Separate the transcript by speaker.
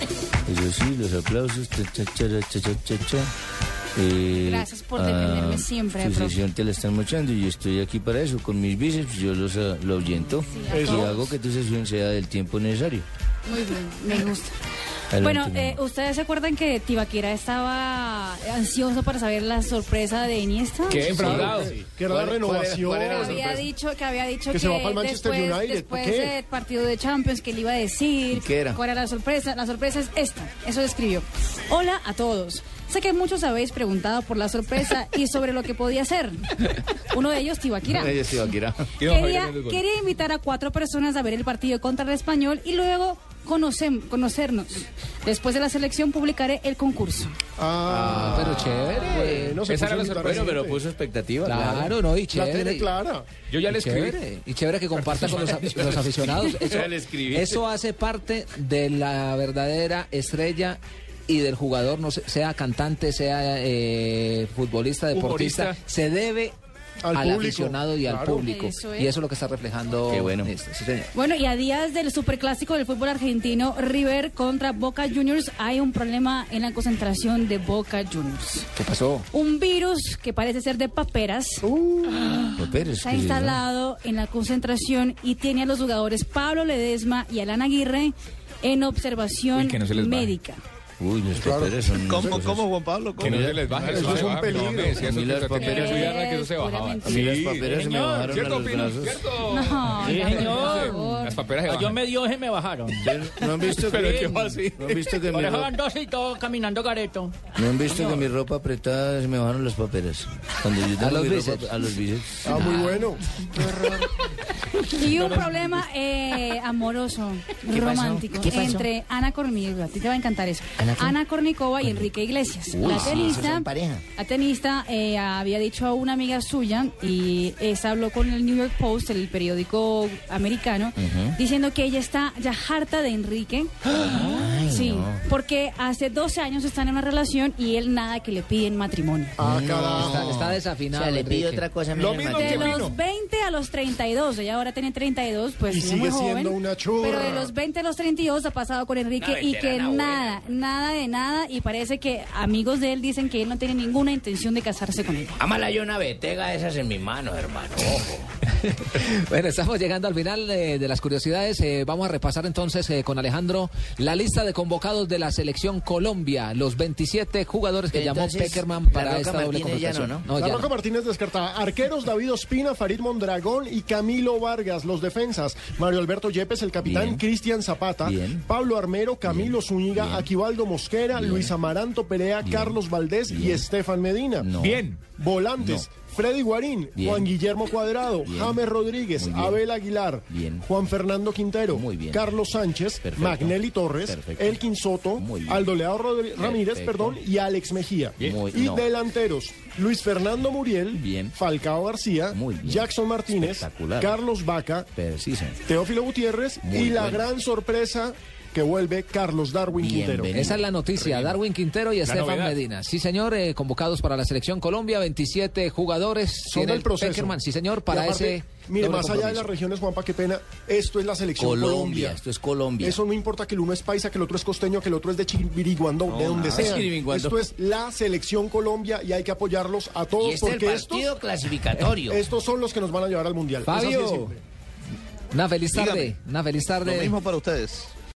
Speaker 1: Eso sí, los aplausos. cha, cha, cha, cha, cha, cha, cha. Eh,
Speaker 2: Gracias por defenderme siempre,
Speaker 1: Su
Speaker 2: profe.
Speaker 1: sesión te la están mochando y yo estoy aquí para eso. Con mis bíceps yo los ah, lo ahuyento
Speaker 2: a
Speaker 1: y
Speaker 2: todos.
Speaker 1: hago que tu sesión sea del tiempo necesario.
Speaker 2: Muy bien, me gusta.
Speaker 1: Adelante,
Speaker 2: Bueno,
Speaker 1: mi
Speaker 2: eh,
Speaker 1: amor.
Speaker 2: ¿ustedes se acuerdan que Tibaquira estaba ansioso para saber la sorpresa de Iniesta?
Speaker 3: Qué enfadado.
Speaker 4: Que era
Speaker 3: ¿Cuál- cuál
Speaker 4: la
Speaker 3: era-
Speaker 4: renovación.
Speaker 3: cuál era la
Speaker 2: Que había
Speaker 3: sorpresa?
Speaker 2: dicho que había dicho
Speaker 4: Que se va pa'l Manchester
Speaker 2: después,
Speaker 4: United,
Speaker 2: después
Speaker 4: ¿por qué?
Speaker 2: del partido de Champions que le iba a decir
Speaker 1: ¿Y qué era?
Speaker 2: cuál era la sorpresa la sorpresa es esta eso describió hola a todos sé que muchos habéis preguntado por la sorpresa y sobre lo que podía ser uno de ellos Tibaquira
Speaker 1: Ella se va a quitar.
Speaker 3: Y don Javier
Speaker 2: Quería,
Speaker 3: Hernández Gómez.
Speaker 2: quería invitar a cuatro personas a ver el partido contra el español y luego conocem- conocernos. Después de la selección publicaré el concurso.
Speaker 4: Ah,
Speaker 5: Pero chévere.
Speaker 4: bueno, se
Speaker 3: Ah. Esa
Speaker 4: puso
Speaker 3: era la
Speaker 4: militar
Speaker 3: sorpresa.
Speaker 4: reciente.
Speaker 1: Pero puso expectativa.
Speaker 5: Claro, no, y
Speaker 4: La
Speaker 5: chévere.
Speaker 4: tiene clara.
Speaker 3: Yo ya
Speaker 5: Y
Speaker 3: le escribí.
Speaker 5: chévere, y chévere que comparta con los, a- los aficionados. Eso,
Speaker 1: Ya le escribí.
Speaker 5: eso hace parte de la verdadera estrella y del jugador, no sé, sea cantante, sea eh, futbolista, deportista,
Speaker 3: Humorista.
Speaker 5: se debe
Speaker 4: Al
Speaker 5: al,
Speaker 4: público,
Speaker 5: aficionado y al
Speaker 4: claro.
Speaker 5: público.
Speaker 2: Eso es.
Speaker 5: Y eso es lo que está reflejando.
Speaker 1: Qué bueno.
Speaker 5: Néstor, sí, señor.
Speaker 2: Bueno, y a días del superclásico del fútbol argentino, River contra Boca Juniors, hay un problema en la concentración de Boca Juniors.
Speaker 5: ¿Qué pasó? Uh,
Speaker 2: Un virus que parece ser de paperas
Speaker 1: Papeles,
Speaker 2: está
Speaker 1: que se llama.
Speaker 2: instalado en la concentración y tiene a los jugadores Pablo Ledesma y Alan Aguirre en observación
Speaker 3: Uy, que no se les baje.
Speaker 2: médica.
Speaker 1: Uy, los papeles son.
Speaker 6: ¿Cómo,
Speaker 1: unas
Speaker 6: cómo,
Speaker 1: cosas-
Speaker 6: Juan Pablo?
Speaker 3: Que
Speaker 6: ¿Cómo?
Speaker 3: no se les baje.
Speaker 4: Eso
Speaker 3: se
Speaker 4: es
Speaker 3: les
Speaker 4: un
Speaker 3: baja,
Speaker 4: peligro.
Speaker 3: No, me decía
Speaker 1: A
Speaker 3: eso
Speaker 1: mí
Speaker 3: que
Speaker 1: las
Speaker 3: usted tenía
Speaker 1: paperas-
Speaker 3: que cuidarla, que eso se bajaba.
Speaker 2: A mí
Speaker 1: las paperas se me bajaron a
Speaker 3: ¿Cierto,
Speaker 1: los
Speaker 3: Pino? Ah,
Speaker 1: brazos.
Speaker 3: ¿Cierto?
Speaker 2: No,
Speaker 3: Sí,
Speaker 2: ya, por
Speaker 3: señor.
Speaker 2: favor.
Speaker 3: Las paperas se
Speaker 7: Yo
Speaker 3: bajan.
Speaker 7: me dio y me bajaron.
Speaker 1: ¿No han visto
Speaker 3: Pero
Speaker 1: que,
Speaker 3: qué va así.
Speaker 1: ¿no han visto que mi
Speaker 7: Por eso
Speaker 1: ropa,
Speaker 7: van dos y todo caminando gareto.
Speaker 1: ¿no han visto que mi ropa apretada se me bajaron las paperas? Cuando yo tengo
Speaker 5: los
Speaker 1: mi ropa-
Speaker 5: bíceps.
Speaker 1: a los bíceps.
Speaker 4: Ah, muy bueno.
Speaker 2: Y un problema eh, amoroso, romántico, entre Ana Kornikova, a ti te va a encantar eso. Ana, Kornikova y Enrique Iglesias. la tenista, la tenista eh, había dicho a una amiga suya y esa habló con el New York Post, el periódico americano, diciendo que ella está ya harta de Enrique. sí, porque hace 12 años están en una relación y él nada que le pide en matrimonio.
Speaker 4: Ah, carajo.
Speaker 5: Está, está desafinado. Enrique.
Speaker 1: cosa.
Speaker 3: Lo mismo
Speaker 2: De
Speaker 3: que vino.
Speaker 2: los 20 a los 32, ella ahora tiene 32, pues
Speaker 4: Y
Speaker 2: ella es
Speaker 4: sigue
Speaker 2: muy joven,
Speaker 4: siendo una churra.
Speaker 2: Pero de los 20 a los 32 ha pasado con Enrique y que nada, nada de nada y parece que amigos de él dicen que él no tiene ninguna intención de casarse con ella.
Speaker 8: Amala yo una betega esas en mi mano, hermano.
Speaker 5: Bueno, estamos llegando al final eh, de las curiosidades. Eh, vamos a repasar entonces eh, con Alejandro la lista de convocados de la selección Colombia, los 27 jugadores que
Speaker 8: Entonces,
Speaker 5: llamó Peckerman
Speaker 8: La
Speaker 5: para
Speaker 8: Roca
Speaker 5: esta doble
Speaker 8: Martínez ya no,
Speaker 5: confrontación.
Speaker 8: ¿no?
Speaker 4: La
Speaker 5: ya
Speaker 4: Roca Martínez descartada. Arqueros David Ospina, Farid Mondragón y Camilo Vargas. Los defensas. Mario Alberto Yepes, el capitán.
Speaker 1: Bien.
Speaker 4: Cristian Zapata.
Speaker 1: Bien.
Speaker 4: Pablo Armero, Camilo Zúñiga, Aquivaldo Mosquera, Luis Amaranto Perea, Carlos Valdés y Estefan Medina.
Speaker 1: No.
Speaker 3: Bien.
Speaker 4: Volantes. Freddy Guarín,
Speaker 1: Bien.
Speaker 4: Juan Guillermo Cuadrado,
Speaker 1: Bien.
Speaker 4: James Rodríguez,
Speaker 1: Muy bien.
Speaker 4: Abel Aguilar,
Speaker 1: Bien.
Speaker 4: Juan Fernando Quintero,
Speaker 1: Muy bien.
Speaker 4: Carlos Sánchez,
Speaker 1: Perfecto.
Speaker 4: Magnelli Torres,
Speaker 1: Perfecto.
Speaker 4: Elkin Soto,
Speaker 1: Muy bien.
Speaker 4: Aldo Leao Rodri- Ramírez,
Speaker 1: Perfecto.
Speaker 4: perdón, y Alex Mejía.
Speaker 1: Bien. Muy-
Speaker 4: y
Speaker 1: no.
Speaker 4: delanteros, Luis Fernando Muriel,
Speaker 1: Bien.
Speaker 4: Falcao García,
Speaker 1: Muy bien.
Speaker 4: Jackson Martínez,
Speaker 1: Espectacular.
Speaker 4: Carlos Vaca,
Speaker 1: Pero sí, señor.
Speaker 4: Teófilo Gutiérrez
Speaker 1: Muy
Speaker 4: y la
Speaker 1: bueno.
Speaker 4: gran sorpresa que vuelve Carlos Darwin
Speaker 1: Bienvenido.
Speaker 4: Quintero.
Speaker 5: Esa es la noticia, Darwin Quintero y Estefan
Speaker 3: novedad.
Speaker 5: Medina. Sí, señor, eh, convocados para la selección Colombia, 27 jugadores.
Speaker 4: Son
Speaker 5: tiene
Speaker 4: del
Speaker 5: el
Speaker 4: proceso.
Speaker 5: Peckerman, sí, señor,
Speaker 4: Y
Speaker 5: para
Speaker 4: aparte,
Speaker 5: ese.
Speaker 4: Mire,
Speaker 5: doble
Speaker 4: más allá de
Speaker 5: compromiso.
Speaker 4: las regiones, Juanpa, qué pena, esto es la selección
Speaker 1: Colombia,
Speaker 4: Colombia.
Speaker 1: esto es Colombia.
Speaker 4: Eso no importa que el uno es paisa, que el otro es costeño, que el otro es de Chimbiriguandó, de donde sea.
Speaker 1: Chiribinguandó.
Speaker 4: Esto es la selección Colombia y hay que apoyarlos a todos
Speaker 8: Y este es el
Speaker 4: porque
Speaker 8: partido
Speaker 4: estos,
Speaker 8: clasificatorio.
Speaker 4: estos son los que nos van a llevar al Mundial. Es así de
Speaker 5: Fabio.
Speaker 4: simple.
Speaker 5: Una feliz tarde,
Speaker 6: Dígame.
Speaker 5: una feliz
Speaker 6: Lo
Speaker 5: tarde.
Speaker 6: mismo para ustedes.